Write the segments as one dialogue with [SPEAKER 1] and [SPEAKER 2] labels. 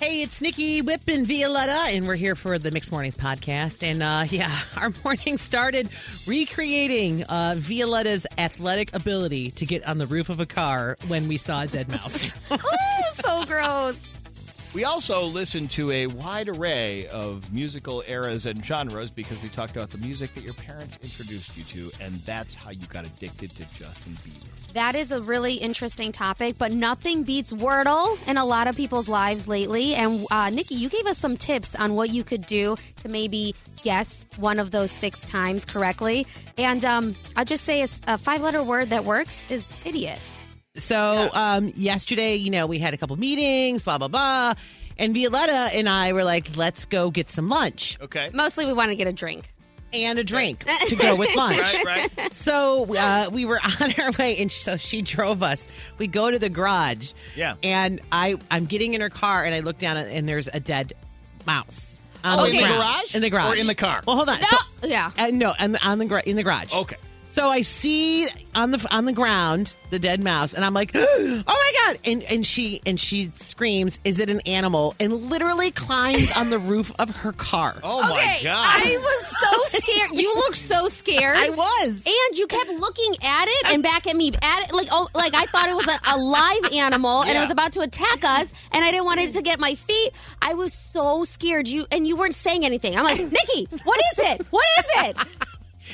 [SPEAKER 1] Hey, it's Nikki Whippen Violetta, and we're here for the Mixed Mornings podcast. And uh, yeah, our morning started recreating uh, Violetta's athletic ability to get on the roof of a car when we saw a dead mouse.
[SPEAKER 2] Oh, so gross.
[SPEAKER 3] We also listened to a wide array of musical eras and genres because we talked about the music that your parents introduced you to, and that's how you got addicted to Justin Bieber.
[SPEAKER 2] That is a really interesting topic, but nothing beats Wordle in a lot of people's lives lately. And uh, Nikki, you gave us some tips on what you could do to maybe guess one of those six times correctly. And um, I'll just say a, s- a five letter word that works is idiot.
[SPEAKER 1] So um, yesterday, you know, we had a couple meetings, blah blah blah, and Violetta and I were like, "Let's go get some lunch
[SPEAKER 3] Okay.
[SPEAKER 2] Mostly we want to get a drink.
[SPEAKER 1] and a drink to go with lunch."
[SPEAKER 3] Right, right.
[SPEAKER 1] So uh, we were on our way, and so she drove us. We go to the garage,
[SPEAKER 3] Yeah.
[SPEAKER 1] and I I'm getting in her car, and I look down, and there's a dead mouse. on
[SPEAKER 3] Oh,
[SPEAKER 2] in the
[SPEAKER 1] ground.
[SPEAKER 3] garage?
[SPEAKER 1] In the garage,
[SPEAKER 3] Or in the car?
[SPEAKER 1] Well, hold on. No,
[SPEAKER 2] yeah.
[SPEAKER 1] uh, no, on the, on the gra- in the garage.
[SPEAKER 3] Okay.
[SPEAKER 1] So I see on the on the ground the dead mouse, and I'm like, "Oh my god!" And and she and she screams, "Is it an animal?" And literally climbs on the roof of her car.
[SPEAKER 3] Oh my God.
[SPEAKER 2] I was so scared. You looked so scared.
[SPEAKER 1] I was.
[SPEAKER 2] And you kept looking at it and back at me, at it, like oh, like I thought it was a, a live animal and it
[SPEAKER 3] Yeah.
[SPEAKER 2] was about to attack us, and I didn't want it to get my feet. I was so scared. You and you weren't saying anything. I'm like, Nikki, what is it? What is it?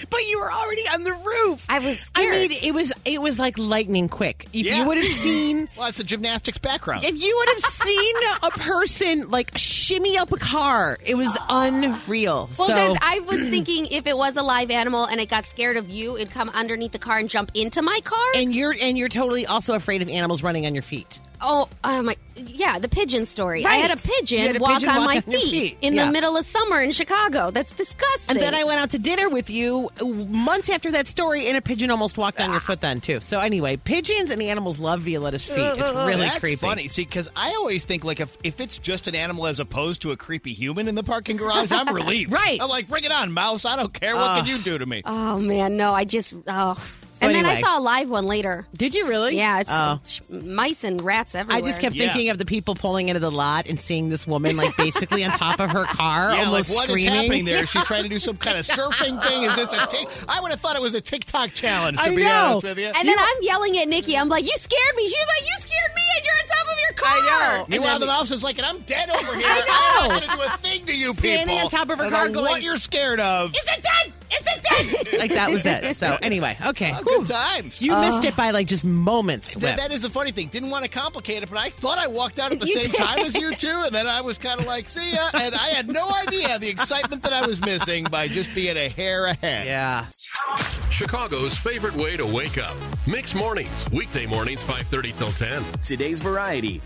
[SPEAKER 1] But you were already on the roof.
[SPEAKER 2] I was
[SPEAKER 1] I
[SPEAKER 2] scared.
[SPEAKER 1] mean, it was it was like lightning quick. If
[SPEAKER 3] Yeah.
[SPEAKER 1] you would have seen.
[SPEAKER 3] well, that's a gymnastics background.
[SPEAKER 1] If you would have seen a person like shimmy up a car, it was unreal. so,
[SPEAKER 2] well, because I was thinking if it was a live animal and it got scared of you, it'd come underneath the car and jump into my car.
[SPEAKER 1] and you're and you're totally also afraid of animals running on your feet.
[SPEAKER 2] Oh, oh my! Yeah, the pigeon story. I
[SPEAKER 1] Right.
[SPEAKER 2] had a pigeon
[SPEAKER 1] You had a
[SPEAKER 2] walk
[SPEAKER 1] pigeon
[SPEAKER 2] on
[SPEAKER 1] walk
[SPEAKER 2] my
[SPEAKER 1] on your
[SPEAKER 2] feet,
[SPEAKER 1] feet.
[SPEAKER 2] in
[SPEAKER 1] Yeah.
[SPEAKER 2] the middle of summer in Chicago. That's disgusting.
[SPEAKER 1] And then I went out to dinner with you months after that story, and a pigeon almost walked on your
[SPEAKER 2] Ah.
[SPEAKER 1] foot then too. So anyway, pigeons and animals love Violetta's feet. It's really
[SPEAKER 3] That's
[SPEAKER 1] creepy.
[SPEAKER 3] funny. See, because I always think like if, if it's just an animal as opposed to a creepy human in the parking garage, I'm relieved.
[SPEAKER 1] Right.
[SPEAKER 3] I'm like, bring it on, mouse. I don't care. What can you do to me?
[SPEAKER 2] Oh man, no! I just oh. and then
[SPEAKER 1] anyway.
[SPEAKER 2] I saw a live one later.
[SPEAKER 1] Did you really?
[SPEAKER 2] Yeah, it's
[SPEAKER 1] Oh.
[SPEAKER 2] sh- mice and rats everywhere.
[SPEAKER 1] I just kept
[SPEAKER 3] Yeah.
[SPEAKER 1] thinking of the people pulling into the lot and seeing this woman like basically on top of her car,
[SPEAKER 3] yeah, like
[SPEAKER 1] almost
[SPEAKER 3] what is
[SPEAKER 1] screaming.
[SPEAKER 3] happening there? Is she trying to do some kind of surfing thing? Is this a tick? I would have thought it was a TikTok challenge. To
[SPEAKER 1] I
[SPEAKER 3] be
[SPEAKER 1] know.
[SPEAKER 3] honest with you,
[SPEAKER 2] And then I'm yelling at Nikki. I'm like, "You scared me!" She was like, "You scared me!" And you're on top of your car.
[SPEAKER 1] I know.
[SPEAKER 3] Meanwhile, the mouse is like, and I'm dead over here. I know. I'm not going to do a thing to you
[SPEAKER 1] Standing
[SPEAKER 3] people.
[SPEAKER 1] on top of her
[SPEAKER 3] I don't
[SPEAKER 1] car
[SPEAKER 3] know
[SPEAKER 1] going-
[SPEAKER 3] what you're scared of.
[SPEAKER 1] Is it dead? Is it dead? like that was it. So anyway, okay.
[SPEAKER 3] Oh,
[SPEAKER 1] Whew.
[SPEAKER 3] good times.
[SPEAKER 1] You missed it by like just moments.
[SPEAKER 3] Th-
[SPEAKER 1] Whip.
[SPEAKER 3] that is the funny thing. Didn't want to complicate it, but I thought I walked out at the
[SPEAKER 2] You
[SPEAKER 3] same
[SPEAKER 2] did.
[SPEAKER 3] time as you two, and then I was kind of like, "See ya," and I had no idea the excitement that I was missing by just being a hair ahead.
[SPEAKER 1] yeah.
[SPEAKER 4] Chicago's favorite way to wake up. Mix mornings, weekday mornings 5:30 till 10.
[SPEAKER 5] Today's variety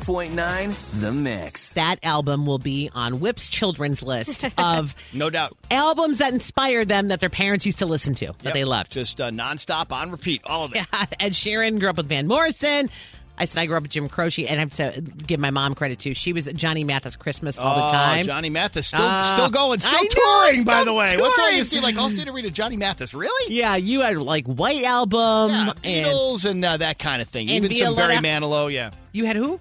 [SPEAKER 5] 101.9 The Mix.
[SPEAKER 1] That album will be on Whip's children's list of
[SPEAKER 3] No doubt.
[SPEAKER 1] albums that inspired them that their parents used to listen to that they loved.
[SPEAKER 3] Just uh, nonstop on repeat, all of it.
[SPEAKER 1] Ed Sheeran grew up with Van Morrison. I said I grew up with Jim Croce, and I have to give my mom credit too. She was at Johnny Mathis Christmas all the
[SPEAKER 3] Oh,
[SPEAKER 1] time.
[SPEAKER 3] Johnny Mathis still
[SPEAKER 1] Ah.
[SPEAKER 3] still going, Uh, still
[SPEAKER 1] I know,
[SPEAKER 3] touring.
[SPEAKER 1] it's
[SPEAKER 3] by
[SPEAKER 1] still
[SPEAKER 3] the way, what's all you
[SPEAKER 1] touring.
[SPEAKER 3] see? Like all state arena, Johnny Mathis, really?
[SPEAKER 1] yeah, you had like White Album,
[SPEAKER 3] Yeah,
[SPEAKER 1] and
[SPEAKER 3] Beatles and uh, that kind of thing.
[SPEAKER 1] and
[SPEAKER 3] Even some Barry
[SPEAKER 1] Violetta.
[SPEAKER 3] Manilow. Yeah,
[SPEAKER 1] you had who?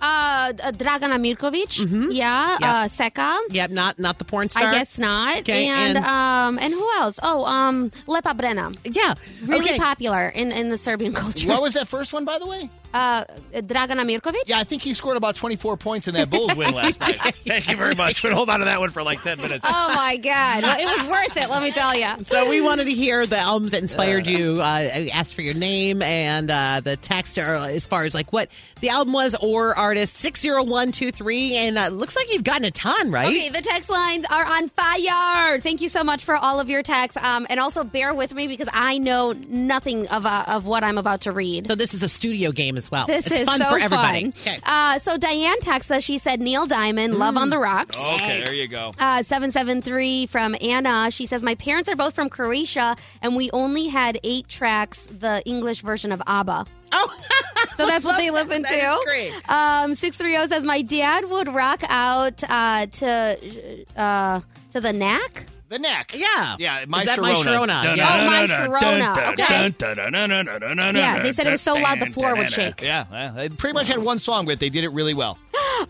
[SPEAKER 2] Uh, uh, Dragana Mirkovic. Yeah.
[SPEAKER 1] Mm-hmm. Yeah.
[SPEAKER 2] Uh, Seka.
[SPEAKER 1] Yep, not not the porn star.
[SPEAKER 2] I guess not.
[SPEAKER 1] Okay,
[SPEAKER 2] and,
[SPEAKER 1] and-
[SPEAKER 2] um, and who else? Oh, um, Lepa Brena.
[SPEAKER 1] Yeah,
[SPEAKER 2] Really
[SPEAKER 1] okay.
[SPEAKER 2] popular in, in the Serbian culture.
[SPEAKER 3] what was that first one, by the way?
[SPEAKER 2] uh, Dragana Mirkovic.
[SPEAKER 3] Yeah, I think he scored about 24 points in that Bulls win last night. Thank you very much. But hold on to that one for like 10 minutes.
[SPEAKER 2] Oh my God! Well, it was worth it. Let me tell you.
[SPEAKER 1] So we wanted to hear the albums that inspired you. Uh, I asked for your name and uh, the text, or as far as like what the album was or artist six zero one two three. And uh, looks like you've gotten a ton, right?
[SPEAKER 2] Okay, the text lines are on fire. Thank you so much for all of your texts. Um, and also bear with me because I know nothing of, uh, of what I'm about to read.
[SPEAKER 1] So this is a studio game as well.
[SPEAKER 2] this
[SPEAKER 1] it's
[SPEAKER 2] is
[SPEAKER 1] fun
[SPEAKER 2] so
[SPEAKER 1] for everybody.
[SPEAKER 2] fun. Uh, so Diane texts us. She said Neil Diamond, Love
[SPEAKER 1] Mm.
[SPEAKER 2] on the Rocks.
[SPEAKER 1] Oh,
[SPEAKER 3] Okay, there you go.
[SPEAKER 2] Uh, 773 from Anna. She says, My parents are both from Croatia, and we only had eight tracks, the English version of ABBA.
[SPEAKER 1] Oh,
[SPEAKER 2] So that's what they listen
[SPEAKER 1] That
[SPEAKER 2] to.
[SPEAKER 1] is great.
[SPEAKER 2] Um, 630 says, My dad would rock out uh, to, uh, to the knack.
[SPEAKER 3] The neck.
[SPEAKER 1] yeah,
[SPEAKER 3] Yeah, my
[SPEAKER 1] is that my
[SPEAKER 3] Sharona.
[SPEAKER 1] Sharona?
[SPEAKER 3] Dun,
[SPEAKER 1] Yeah.
[SPEAKER 2] dun, Oh, my Sharona. Okay.
[SPEAKER 3] Sharona.
[SPEAKER 2] Yeah, they said it was so loud the floor would shake.
[SPEAKER 3] Yeah, well, they pretty much had one song, but they did it really well.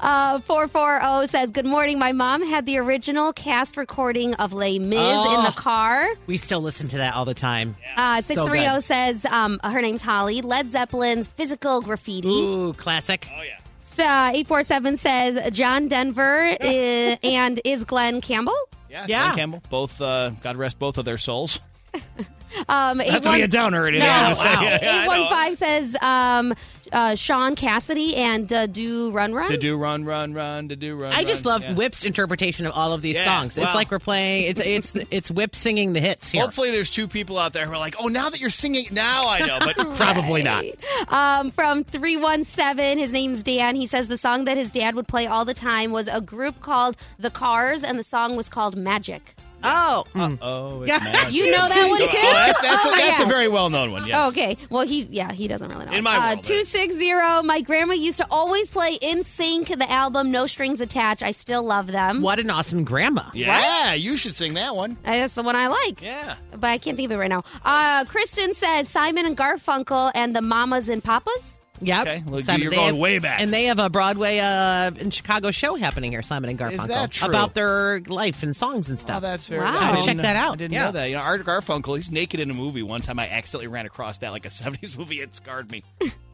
[SPEAKER 2] Uh, 440 says, Good morning. My mom had the original cast recording of Les Mis in the
[SPEAKER 1] Oh.
[SPEAKER 2] car.
[SPEAKER 1] We still listen to that all the time.
[SPEAKER 2] Uh, 630
[SPEAKER 1] good.
[SPEAKER 2] says, um, Her name's Holly. Led Zeppelin's Physical Graffiti.
[SPEAKER 1] Ooh, classic.
[SPEAKER 2] So, uh, 847 says, John Denver i- and is Glenn Campbell?
[SPEAKER 3] Yeah,
[SPEAKER 1] Yeah.
[SPEAKER 3] Glenn Campbell. Both, uh, God rest both of their souls.
[SPEAKER 2] Um,
[SPEAKER 3] Not to be a
[SPEAKER 2] 81-
[SPEAKER 3] downer, it is.
[SPEAKER 2] No,
[SPEAKER 3] I'm just saying.
[SPEAKER 1] wow.
[SPEAKER 3] Yeah, yeah, I know.
[SPEAKER 2] 815 says um, uh, Sean Cassidy and uh, Do Run Run.
[SPEAKER 3] To do run, run, run, to do run.
[SPEAKER 1] I just
[SPEAKER 3] run.
[SPEAKER 1] love
[SPEAKER 3] Yeah.
[SPEAKER 1] Whip's interpretation of all of these
[SPEAKER 3] Yeah,
[SPEAKER 1] songs.
[SPEAKER 3] wow.
[SPEAKER 1] It's like we're playing. It's it's it's Whip singing the hits here.
[SPEAKER 3] Hopefully, there's two people out there who are like, "Oh, now that you're singing, now I know," but probably not.
[SPEAKER 2] Um, from 317, his name's Dan. He says the song that his dad would play all the time was a group called The Cars, and the song was called Magic.
[SPEAKER 1] Oh,
[SPEAKER 3] Oh,
[SPEAKER 1] Yeah.
[SPEAKER 3] it's mad.
[SPEAKER 2] You know that one too?
[SPEAKER 3] Oh, that's, that's,
[SPEAKER 2] Oh,
[SPEAKER 3] a,
[SPEAKER 2] my
[SPEAKER 3] that's a
[SPEAKER 2] God.
[SPEAKER 3] very well-known one.
[SPEAKER 1] Oh,
[SPEAKER 3] Yes.
[SPEAKER 2] Okay. Well, he yeah he doesn't really know. Uh,
[SPEAKER 3] In my world, it
[SPEAKER 2] two
[SPEAKER 3] is.
[SPEAKER 2] six zero. My grandma used to always play In Sync, the album No Strings Attached. I still love them.
[SPEAKER 1] what an awesome grandma!
[SPEAKER 3] Yeah, you should sing that one.
[SPEAKER 2] Uh, That's the one I like.
[SPEAKER 3] Yeah.
[SPEAKER 2] But I can't think of it right now. Uh, Kristen says Simon and Garfunkel and the Mamas and Papas.
[SPEAKER 1] Yep.
[SPEAKER 3] Okay, well,
[SPEAKER 1] Simon,
[SPEAKER 3] you're
[SPEAKER 1] they
[SPEAKER 3] going
[SPEAKER 1] have-
[SPEAKER 3] way back.
[SPEAKER 1] And they have a Broadway uh, in Chicago show happening here, Simon and Garfunkel,
[SPEAKER 3] Is that true?
[SPEAKER 1] about their life and songs and stuff.
[SPEAKER 3] Oh, that's very.
[SPEAKER 2] Wow.
[SPEAKER 3] I didn't
[SPEAKER 1] Check
[SPEAKER 3] know-
[SPEAKER 1] that out.
[SPEAKER 3] I didn't
[SPEAKER 1] Yeah.
[SPEAKER 3] know that. You know, Art Garfunkel. He's naked in a movie. One time, I accidentally ran across that like a '70s movie. It scarred me.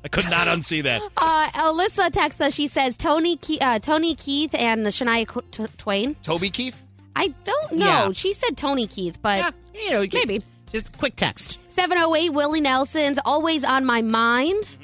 [SPEAKER 3] I could not unsee that.
[SPEAKER 2] Uh, Alyssa texts us. She says Tony Ke- uh, Tony Keith and the Shania Qu- T- Twain.
[SPEAKER 3] Toby Keith.
[SPEAKER 2] I don't know.
[SPEAKER 1] Yeah.
[SPEAKER 2] She said Tony Keith, but
[SPEAKER 1] yeah, you know, you-
[SPEAKER 2] Maybe.
[SPEAKER 1] just quick text.
[SPEAKER 2] 708 Willie Nelson's always on my mind.
[SPEAKER 1] Mm-hmm.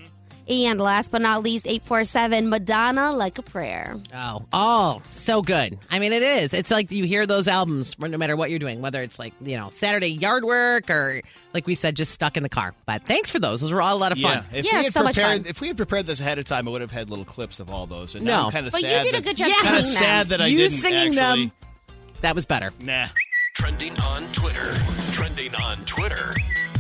[SPEAKER 2] And last but not least, 847 Madonna like a prayer.
[SPEAKER 1] Oh, oh, so good. I mean, it is. It's like you hear those albums no matter what you're doing, whether it's like you know Saturday yard work or like we said, just stuck in the car. But thanks for those; those were all a lot of fun.
[SPEAKER 3] If
[SPEAKER 2] Yeah,
[SPEAKER 3] we had
[SPEAKER 2] so much
[SPEAKER 3] prepared,
[SPEAKER 2] fun.
[SPEAKER 3] If we had prepared this ahead of time, I would have had little clips of all those. And
[SPEAKER 1] No.
[SPEAKER 3] I'm kind of
[SPEAKER 2] But you
[SPEAKER 3] sad
[SPEAKER 2] did a
[SPEAKER 3] that-
[SPEAKER 2] good job
[SPEAKER 1] Yeah.
[SPEAKER 3] Kinda
[SPEAKER 2] singing them.
[SPEAKER 3] sad that I
[SPEAKER 1] you
[SPEAKER 3] didn't
[SPEAKER 1] singing
[SPEAKER 3] actually,
[SPEAKER 1] them, that was better.
[SPEAKER 3] Nah.
[SPEAKER 4] Trending on Twitter. Trending on Twitter.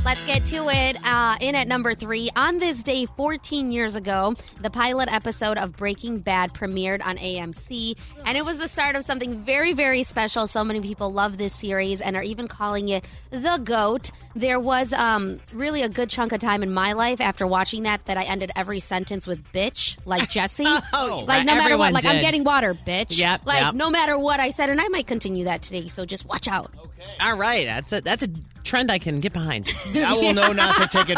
[SPEAKER 2] Let's get to it. Uh, in at number three, on this day 14 years ago, the pilot episode of Breaking Bad premiered on AMC, and it was the start of something very, very special. So many people love this series and are even calling it the GOAT. There was um, really a good chunk of time in my life after watching that that I ended every sentence with bitch, like Jesse.
[SPEAKER 1] Oh,
[SPEAKER 2] like no matter
[SPEAKER 1] everyone
[SPEAKER 2] what, like I'm
[SPEAKER 1] did.
[SPEAKER 2] getting water, bitch.
[SPEAKER 1] Yep,
[SPEAKER 2] Like
[SPEAKER 1] yep.
[SPEAKER 2] no matter what I said, and I might continue that today. So just watch out.
[SPEAKER 1] All right, that's a that's a trend I can get behind.
[SPEAKER 3] I will know not to take it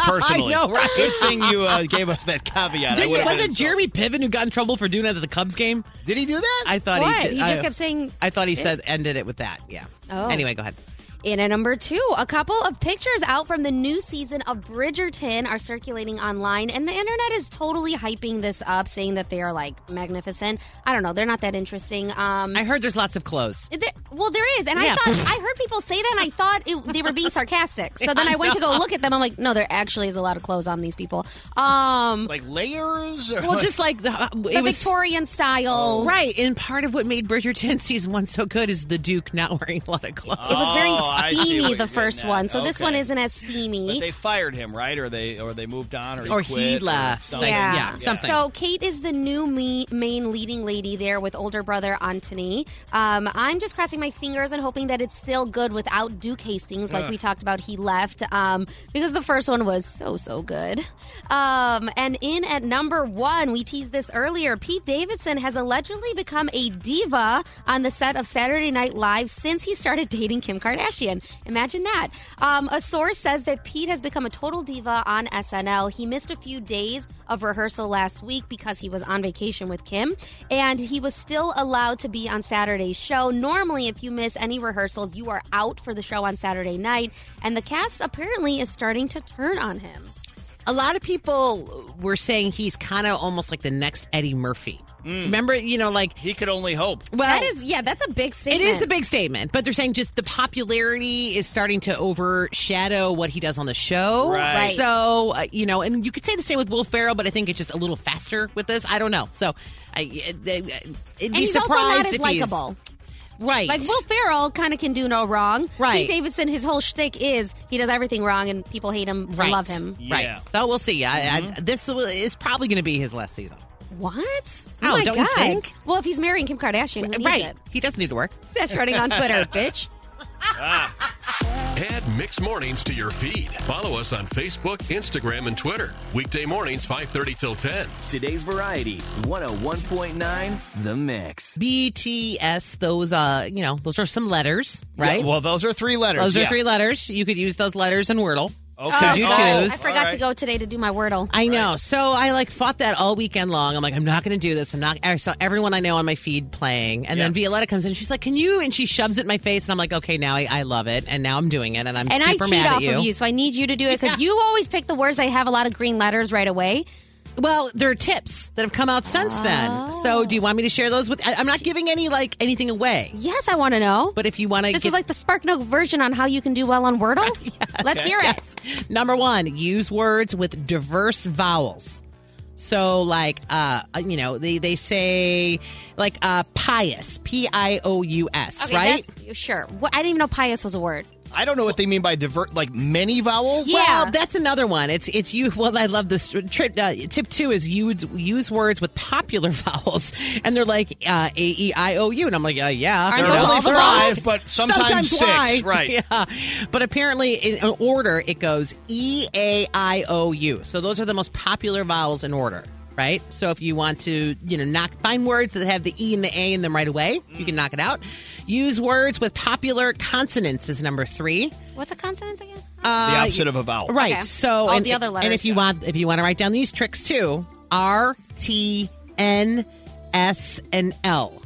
[SPEAKER 3] personally.
[SPEAKER 1] I know, right?
[SPEAKER 3] Good thing you uh, gave us that caveat. I
[SPEAKER 1] Didn't,
[SPEAKER 3] would've
[SPEAKER 1] was
[SPEAKER 3] been
[SPEAKER 1] it Jeremy Piven who got in trouble for doing that at the Cubs game?
[SPEAKER 3] insulted. Did he do that?
[SPEAKER 1] I thought
[SPEAKER 2] What?
[SPEAKER 1] he did.
[SPEAKER 2] He
[SPEAKER 1] I-
[SPEAKER 2] just kept saying
[SPEAKER 1] I thought he said ended it with that. Yeah.
[SPEAKER 2] Oh.
[SPEAKER 1] Anyway, go ahead.
[SPEAKER 2] In at number two, a couple of pictures out from the new season of Bridgerton are circulating online, and the internet is totally hyping this up, saying that they are like magnificent. I don't know, they're not that interesting. Um,
[SPEAKER 1] I heard there's lots of clothes.
[SPEAKER 2] there- well, there is, and
[SPEAKER 1] Yeah.
[SPEAKER 2] I thought I heard people say that, and I thought it, they were being sarcastic. So then I went to go look at them. I'm like, no, there actually is a lot of clothes on these people. Um,
[SPEAKER 3] Like layers? Or
[SPEAKER 1] Well, just like the, uh,
[SPEAKER 2] the
[SPEAKER 1] it was
[SPEAKER 2] Victorian
[SPEAKER 3] Oh,
[SPEAKER 2] style.
[SPEAKER 1] right, and part of what made Bridgerton season one so good is the Duke not wearing a lot of clothes.
[SPEAKER 2] It was very
[SPEAKER 3] Oh, I see what
[SPEAKER 2] steamy,
[SPEAKER 3] you're
[SPEAKER 2] the first
[SPEAKER 3] getting at.
[SPEAKER 2] one. So this
[SPEAKER 3] Okay.
[SPEAKER 2] one isn't as
[SPEAKER 3] But
[SPEAKER 2] steamy.
[SPEAKER 3] they fired him, right? Or they or they moved on, or he
[SPEAKER 1] Or
[SPEAKER 3] quit,
[SPEAKER 1] he
[SPEAKER 3] or
[SPEAKER 1] left.
[SPEAKER 3] something.
[SPEAKER 1] Like,
[SPEAKER 2] Yeah.
[SPEAKER 1] yeah, something.
[SPEAKER 2] So Kate is the new me- main leading lady there with older brother Antony. Um, I'm just crossing my fingers and hoping that it's still good without Duke Hastings, like we talked about. He left um, because the first one was so so good. Um, and in at number one, we teased this earlier. Pete Davidson has allegedly become a diva on the set of Saturday Night Live since he started dating Kim Kardashian. Imagine that. Um, a source says that Pete has become a total diva on SNL. He missed a few days of rehearsal last week because he was on vacation with Kim, and he was still allowed to be on Saturday's show. Normally, if you miss any rehearsals, you are out for the show on Saturday night, and the cast apparently is starting to turn on him.
[SPEAKER 1] a lot of people were saying he's kind of almost like the next Eddie Murphy. Remember, you know, like
[SPEAKER 3] He could only hope.
[SPEAKER 1] well,
[SPEAKER 2] That is, yeah, that's a big
[SPEAKER 1] Oh. It
[SPEAKER 2] statement.
[SPEAKER 1] is a big statement, but they're saying just the popularity is starting to overshadow what he does on the show.
[SPEAKER 3] Right. Right.
[SPEAKER 1] So, uh, you know, and you could say the same with Will Ferrell, but I think it's just a little faster with this. I don't know. So, I, it, it'd
[SPEAKER 2] And
[SPEAKER 1] be
[SPEAKER 2] he's
[SPEAKER 1] surprised
[SPEAKER 2] also not
[SPEAKER 1] if
[SPEAKER 2] as
[SPEAKER 1] he's-
[SPEAKER 2] likable.
[SPEAKER 1] Right.
[SPEAKER 2] Like Will Ferrell kind of can do no wrong.
[SPEAKER 1] Right.
[SPEAKER 2] Pete Davidson, his whole shtick is he does everything wrong and people hate him
[SPEAKER 1] right.
[SPEAKER 2] and love him.
[SPEAKER 1] Right.
[SPEAKER 3] Yeah. Mm-hmm.
[SPEAKER 1] So we'll see. I, I, this will- is probably going to be his last season.
[SPEAKER 2] What?
[SPEAKER 1] Oh,
[SPEAKER 2] my
[SPEAKER 1] don't you
[SPEAKER 2] God.
[SPEAKER 1] think?
[SPEAKER 2] Well, if he's marrying Kim Kardashian, who needs
[SPEAKER 1] right.
[SPEAKER 2] it?
[SPEAKER 1] He doesn't need to work.
[SPEAKER 2] That's running on Twitter, bitch.
[SPEAKER 4] Add Mix Mornings to your feed. Follow us on Facebook, Instagram, and Twitter. Weekday mornings 5:30 till 10.
[SPEAKER 5] Today's Variety 101.9 The Mix.
[SPEAKER 1] BTS. Those, uh, you know, those are some letters, right?
[SPEAKER 3] Yeah, well, those are three letters.
[SPEAKER 1] those are
[SPEAKER 3] yeah.
[SPEAKER 1] three letters. You could use those letters in Wordle.
[SPEAKER 3] Okay.
[SPEAKER 1] Did you
[SPEAKER 2] oh,
[SPEAKER 1] choose?
[SPEAKER 2] I forgot to go today to do my Wordle.
[SPEAKER 1] I know. So I like fought that all weekend long. I'm like, I'm not going to do this. I'm not. I saw everyone I know on my feed playing, and then
[SPEAKER 3] Yeah.
[SPEAKER 1] Violetta comes in. She's like, "Can you?" And she shoves it in my face, and I'm like, "Okay, now I, I love it." And now I'm doing it, and I'm
[SPEAKER 2] And I
[SPEAKER 1] super
[SPEAKER 2] cheat
[SPEAKER 1] mad
[SPEAKER 2] off
[SPEAKER 1] at you.
[SPEAKER 2] of you, so I need you to do it because you always pick the words that have a lot of green letters right away.
[SPEAKER 1] Well, there are tips that have come out since then.
[SPEAKER 2] Oh.
[SPEAKER 1] So do you want me to share those with? I, I'm not giving any like anything away,
[SPEAKER 2] Yes, I want to know.
[SPEAKER 1] but if you want to,
[SPEAKER 2] this is like the Spark Note version on how you can do well on Wordle. Let's hear it.
[SPEAKER 1] Number one, use words with diverse vowels. So, like, uh, you know, they, they say, like, uh, pious, P I O U S,
[SPEAKER 2] Okay,
[SPEAKER 1] right?
[SPEAKER 2] that's- sure. What, I didn't even know pious was a word.
[SPEAKER 3] I don't know what they mean by divert, like many vowels.
[SPEAKER 2] Yeah.
[SPEAKER 1] Well, that's another one. It's it's you. Well, I love this trip. Uh, tip two is you would use words with popular vowels, and they're like uh, a e i o u, and I'm like, uh, yeah,
[SPEAKER 2] Aren't
[SPEAKER 1] They're
[SPEAKER 2] those
[SPEAKER 1] only
[SPEAKER 2] all the
[SPEAKER 1] five,
[SPEAKER 2] vowels?
[SPEAKER 3] But sometimes six,
[SPEAKER 1] Y.
[SPEAKER 3] right.
[SPEAKER 1] Yeah, but apparently in, in order it goes e a i o u. So those are the most popular vowels in order. Right, so if you want to, you know, knock find words that have the e and the a in them right away, you can knock it out. Use words with popular consonants is number three.
[SPEAKER 2] What's a consonant again?
[SPEAKER 3] the opposite of a vowel.
[SPEAKER 1] Right.
[SPEAKER 2] Okay.
[SPEAKER 1] So
[SPEAKER 2] All
[SPEAKER 1] and,
[SPEAKER 2] the other
[SPEAKER 1] And if
[SPEAKER 2] letters,
[SPEAKER 1] you
[SPEAKER 2] yeah.
[SPEAKER 1] want, if you want to write down these tricks too, R T N S and L.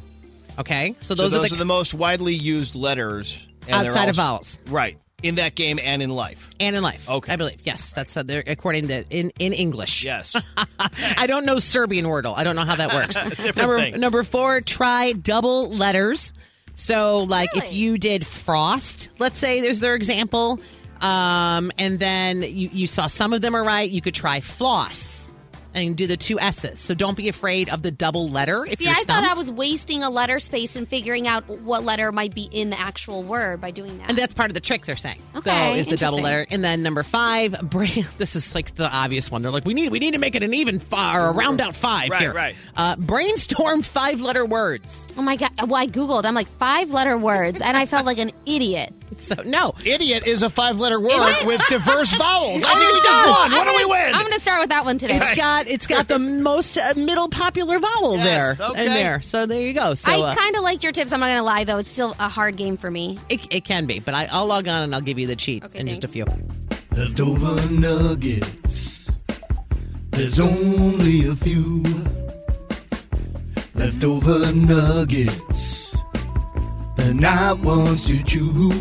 [SPEAKER 1] Okay. So
[SPEAKER 3] So
[SPEAKER 1] those, are the,
[SPEAKER 3] most widely used letters and they're
[SPEAKER 1] outside of
[SPEAKER 3] also-
[SPEAKER 1] vowels
[SPEAKER 3] Right. In that game and in life.
[SPEAKER 1] and in life.
[SPEAKER 3] Okay.
[SPEAKER 1] I believe yes. That's uh, they're according to in in English.
[SPEAKER 3] Yes.
[SPEAKER 1] I don't know Serbian Wordle. I don't know how that works. number
[SPEAKER 3] thing.
[SPEAKER 1] number four, try double letters. So, like, if
[SPEAKER 2] Really?
[SPEAKER 1] you did frost, let's say there's their example, um, and then you, you saw some of them are right, you could try floss and do the two S's. So don't be afraid of the double letter if
[SPEAKER 2] See,
[SPEAKER 1] you're
[SPEAKER 2] I thought
[SPEAKER 1] stumped.
[SPEAKER 2] I was wasting a letter space and figuring out what letter might be in the actual word by doing that.
[SPEAKER 1] And that's part of the trick they're saying.
[SPEAKER 2] Okay,
[SPEAKER 1] so is the double
[SPEAKER 2] interesting.
[SPEAKER 1] letter, and then number five, bring. This is like the obvious one. They're like, we need we need to make it an even five or a round out five
[SPEAKER 3] Right,
[SPEAKER 1] here.
[SPEAKER 3] right.
[SPEAKER 1] Uh, brainstorm five letter words.
[SPEAKER 2] oh my god! Well, I googled. I'm like five letter words, and I felt like an idiot.
[SPEAKER 1] So no.
[SPEAKER 3] Idiot is a five letter word with diverse vowels. I think we
[SPEAKER 2] Oh,
[SPEAKER 3] just won.
[SPEAKER 2] I'm
[SPEAKER 3] What do we
[SPEAKER 2] gonna-
[SPEAKER 3] win?
[SPEAKER 2] I'm going to start with that one today.
[SPEAKER 1] It's got it's got the most uh, middle popular vowel
[SPEAKER 3] Yes,
[SPEAKER 1] there
[SPEAKER 3] okay.
[SPEAKER 1] in there. So there you go. So
[SPEAKER 2] I
[SPEAKER 1] uh,
[SPEAKER 2] kind of liked your tips. I'm not going to lie, though. It's still a hard game for me.
[SPEAKER 1] it, it can be, but I, I'll log on and I'll give you the cheat
[SPEAKER 2] Okay,
[SPEAKER 1] in just a few.
[SPEAKER 6] Leftover nuggets. There's only a few. Leftover nuggets. They're not ones to chew.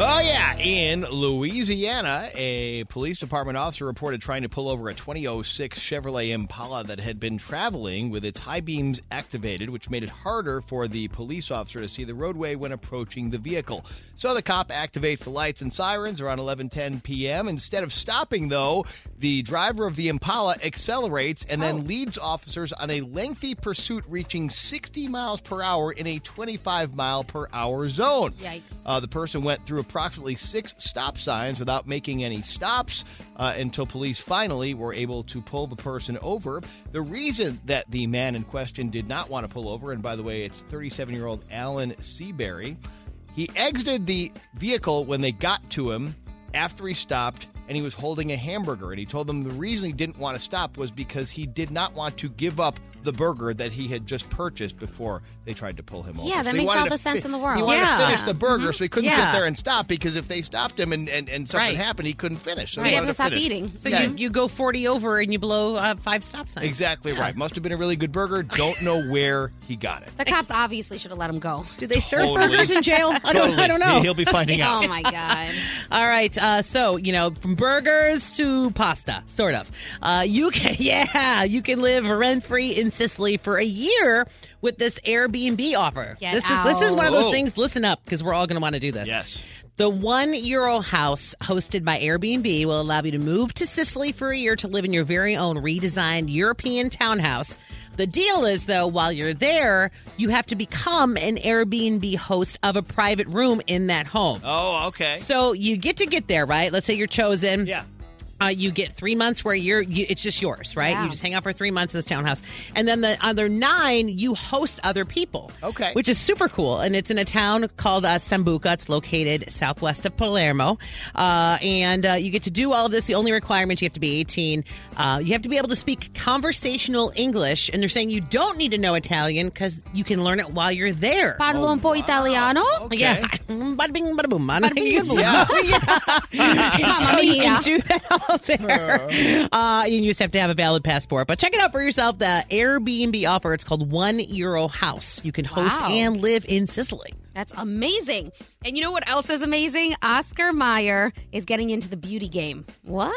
[SPEAKER 3] Oh, yeah. In Louisiana, a police department officer reported trying to pull over a 2006 Chevrolet Impala that had been traveling with its high beams activated, which made it harder for the police officer to see the roadway when approaching the vehicle. So the cop activates the lights and sirens around 11:10 p.m. Instead of stopping, though, the driver of the Impala accelerates and then leads officers on a lengthy pursuit reaching 60 miles per hour in a 25 mile per hour zone.
[SPEAKER 2] Yikes.
[SPEAKER 3] Uh, the person went through approximately six stop signs without making any stops uh, until police finally were able to pull the person over. The reason that the man in question did not want to pull over, and by the way, it's 37 year old Alan Seabury, he exited the vehicle when they got to him after he stopped and he was holding a hamburger. And he told them the reason he didn't want to stop was because he did not want to give up the burger that he had just purchased before they tried to pull him over.
[SPEAKER 2] Yeah, that
[SPEAKER 3] he
[SPEAKER 2] makes
[SPEAKER 3] wanted
[SPEAKER 2] all
[SPEAKER 3] to
[SPEAKER 2] the sense in the
[SPEAKER 3] he
[SPEAKER 2] world.
[SPEAKER 3] wanted to
[SPEAKER 1] Yeah.
[SPEAKER 3] finish the burger, so he couldn't
[SPEAKER 1] Mm-hmm. Yeah.
[SPEAKER 3] sit there and stop because if they stopped him and, and, and
[SPEAKER 1] Right.
[SPEAKER 3] something happened, he couldn't finish. So
[SPEAKER 2] Right.
[SPEAKER 3] he
[SPEAKER 2] You
[SPEAKER 3] wanted
[SPEAKER 2] have to stop
[SPEAKER 3] finish.
[SPEAKER 2] eating.
[SPEAKER 1] So
[SPEAKER 3] Yeah.
[SPEAKER 1] you you go forty over and you blow uh, five stop signs.
[SPEAKER 3] Exactly right. Must have been a really good burger. Don't know where he got it.
[SPEAKER 2] The cops obviously should have let him go.
[SPEAKER 1] Do they serve
[SPEAKER 3] Totally.
[SPEAKER 1] burgers in jail? I don't I don't
[SPEAKER 3] Totally.
[SPEAKER 1] know.
[SPEAKER 3] He'll be finding out.
[SPEAKER 2] Oh my god!
[SPEAKER 1] All right, uh, so you know, from burgers to pasta, sort of. Uh, you can, yeah, you can live rent free in Sicily for a year with this Airbnb offer.
[SPEAKER 2] Get
[SPEAKER 1] this is this is one of
[SPEAKER 3] out.
[SPEAKER 1] those things. Listen up, because we're all going to want to do this.
[SPEAKER 3] Yes.
[SPEAKER 1] The one euro house hosted by Airbnb will allow you to move to Sicily for a year to live in your very own redesigned European townhouse. The deal is, though, while you're there, you have to become an Airbnb host of a private room in that home.
[SPEAKER 3] Oh, okay.
[SPEAKER 1] So you get to get there, right? Let's say you're chosen.
[SPEAKER 3] yeah.
[SPEAKER 1] Uh, you get three months where you're, you, it's just yours, right?
[SPEAKER 2] Yeah.
[SPEAKER 1] You just hang out for three months in this townhouse. And then the other nine, you host other people.
[SPEAKER 3] Okay.
[SPEAKER 1] Which is super cool. And it's in a town called uh, Sambuca. It's located southwest of Palermo. Uh, and uh, you get to do all of this. The only requirement, you have to be 18. Uh, you have to be able to speak conversational English. And they're saying you don't need to know Italian because you can learn it while you're there.
[SPEAKER 2] Parlo un
[SPEAKER 1] Oh,
[SPEAKER 2] po' italiano.
[SPEAKER 3] Okay.
[SPEAKER 1] Yeah. Bada bing, bada boom. I
[SPEAKER 2] Bada
[SPEAKER 1] think
[SPEAKER 2] bing,
[SPEAKER 1] you
[SPEAKER 2] bada boom.
[SPEAKER 1] yeah. yeah. so you
[SPEAKER 2] mia.
[SPEAKER 1] can do that out there. Uh, you just have to have a valid passport. But check it out for yourself. The Airbnb offer. It's called One Euro House. You can host
[SPEAKER 2] Wow.
[SPEAKER 1] and live in Sicily.
[SPEAKER 2] That's amazing. And you know what else is amazing? Oscar Mayer is getting into the beauty game. What?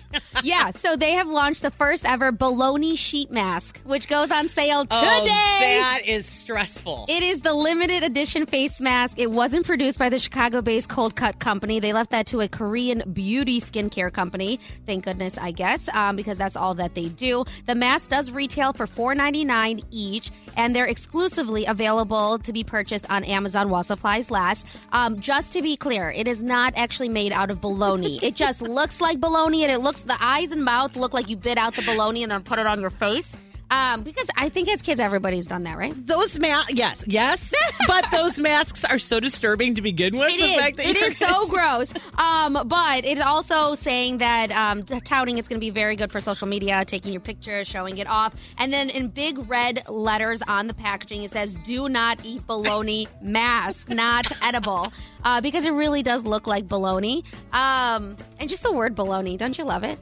[SPEAKER 2] yeah, so they have launched the first ever baloney sheet mask, which goes on sale today.
[SPEAKER 1] Oh, that is stressful.
[SPEAKER 2] It is the limited edition face mask. It wasn't produced by the Chicago based Cold Cut Company. They left that to a Korean beauty skincare company. Thank goodness, I guess, um, because that's all that they do. The mask does retail for $4.99 each, and they're exclusively available to be purchased on Amazon while supplies last. Um, just to be clear, it is not actually made out of bologna. it just looks like bologna, and it looks, the eyes and mouth look like you bit out the bologna and then put it on your face. Um, because I think as kids, everybody's done that, right?
[SPEAKER 1] those masks, yes, yes, but those masks are so disturbing to begin with.
[SPEAKER 2] It
[SPEAKER 1] the
[SPEAKER 2] is.
[SPEAKER 1] fact that
[SPEAKER 2] it
[SPEAKER 1] you're
[SPEAKER 2] is so gross. Um, but it's also saying that um, t- touting it's going to be very good for social media, taking your picture, showing it off, and then in big red letters on the packaging it says "Do not eat bologna mask, not edible," uh, because it really does look like bologna. Um, and just the word bologna, don't you love it?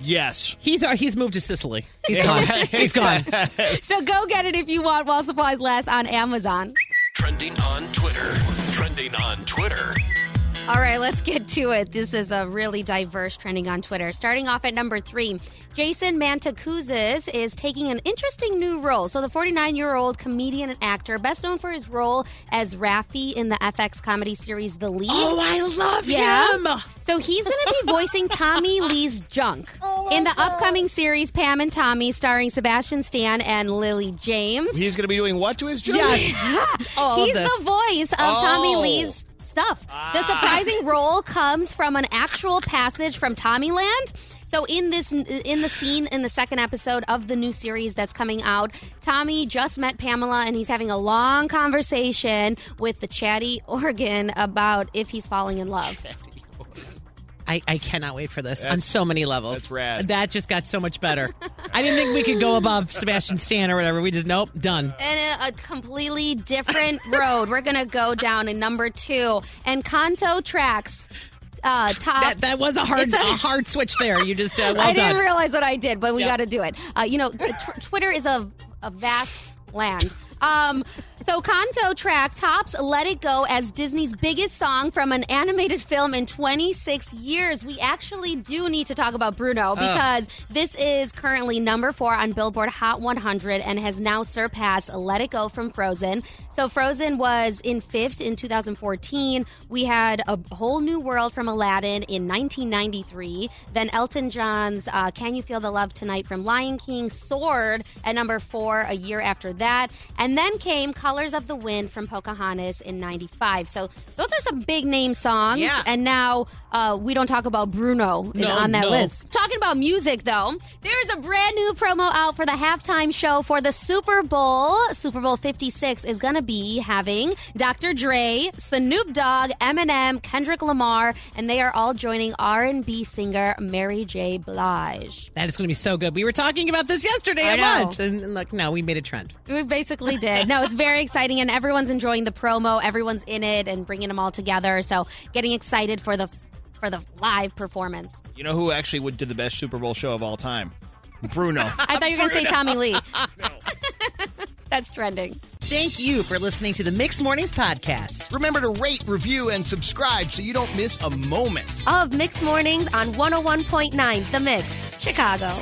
[SPEAKER 3] Yes.
[SPEAKER 1] He's uh, he's moved to Sicily. He's gone.
[SPEAKER 3] It's
[SPEAKER 1] He's gone.
[SPEAKER 2] So go get it if you want while supplies last on Amazon.
[SPEAKER 4] Trending on Twitter. Trending on Twitter.
[SPEAKER 2] All right, let's get to it. This is a really diverse trending on Twitter. Starting off at number three, Jason Mantzoukas is taking an interesting new role. So, the 49 year old comedian and actor, best known for his role as Raffi in the FX comedy series The League.
[SPEAKER 1] Oh, I love
[SPEAKER 2] Yeah.
[SPEAKER 1] him.
[SPEAKER 2] So he's going to be voicing Tommy Lee's junk
[SPEAKER 1] Oh
[SPEAKER 2] in the upcoming series Pam and Tommy, starring Sebastian Stan and Lily James.
[SPEAKER 3] He's going to be doing what to his job?
[SPEAKER 1] Yes. All of
[SPEAKER 2] He's
[SPEAKER 1] this. Ah.
[SPEAKER 2] the voice of Tommy
[SPEAKER 3] Oh.
[SPEAKER 2] Lee's stuff. The surprising role comes from an actual passage from Tommyland. So in this in the scene in the second episode of the new series that's coming out, Tommy just met Pamela and he's having a long conversation with the chatty organ about if he's falling in love.
[SPEAKER 1] I, I cannot wait for this on so many levels.
[SPEAKER 3] that's rad.
[SPEAKER 1] That just got so much better. I didn't think we could go above Sebastian Stan or whatever. We just nope, done.
[SPEAKER 2] and a, a completely different road. We're gonna go down in number two and Kanto tracks. Uh, top.
[SPEAKER 1] That that was a hard
[SPEAKER 2] It's
[SPEAKER 1] a,
[SPEAKER 2] a-
[SPEAKER 1] hard switch there. You just uh, well
[SPEAKER 2] I
[SPEAKER 1] done.
[SPEAKER 2] didn't realize what I did, but we
[SPEAKER 1] Yeah.
[SPEAKER 2] got to do it. Uh, you know, t- tw- Twitter is a, a vast land. Um, so Kanto track tops "Let It Go" as Disney's biggest song from an animated film in 26 years. We actually do need to talk about Bruno because this is currently number four on Billboard Hot 100 and has now surpassed "Let It Go" from Frozen. So Frozen was in fifth in 2014. We had a whole new world from Aladdin in 1993. Then Elton John's uh, "Can You Feel the Love Tonight" from Lion King soared at number four a year after that, and then came "Colors of the Wind" from Pocahontas in '95. So those are some big name songs.
[SPEAKER 1] Yeah.
[SPEAKER 2] And now uh, we don't talk about Bruno is
[SPEAKER 1] No,
[SPEAKER 2] on that
[SPEAKER 1] no.
[SPEAKER 2] list. Talking about music, though, there's a brand new promo out for the halftime show for the Super Bowl. Super Bowl 56 is going to be having Dr. Dre, Snoop Dogg, Eminem, Kendrick Lamar, and they are all joining R&B singer Mary J. Blige.
[SPEAKER 1] That is going to be so good. We were talking about this yesterday
[SPEAKER 2] I
[SPEAKER 1] at
[SPEAKER 2] know.
[SPEAKER 1] lunch, and, and look, now we made a trend.
[SPEAKER 2] We basically did. No, it's very exciting, and everyone's enjoying the promo. Everyone's in it and bringing them all together. So, getting excited for the for the live performance.
[SPEAKER 3] You know who actually would did the best Super Bowl show of all time? Bruno.
[SPEAKER 2] I thought you were going to say Tommy Lee. That's trending.
[SPEAKER 1] Thank you for listening to the Mixed Mornings podcast.
[SPEAKER 3] Remember to rate, review, and subscribe so you don't miss a moment.
[SPEAKER 2] oh of Mixed Mornings on 101.9 The Mix, Chicago.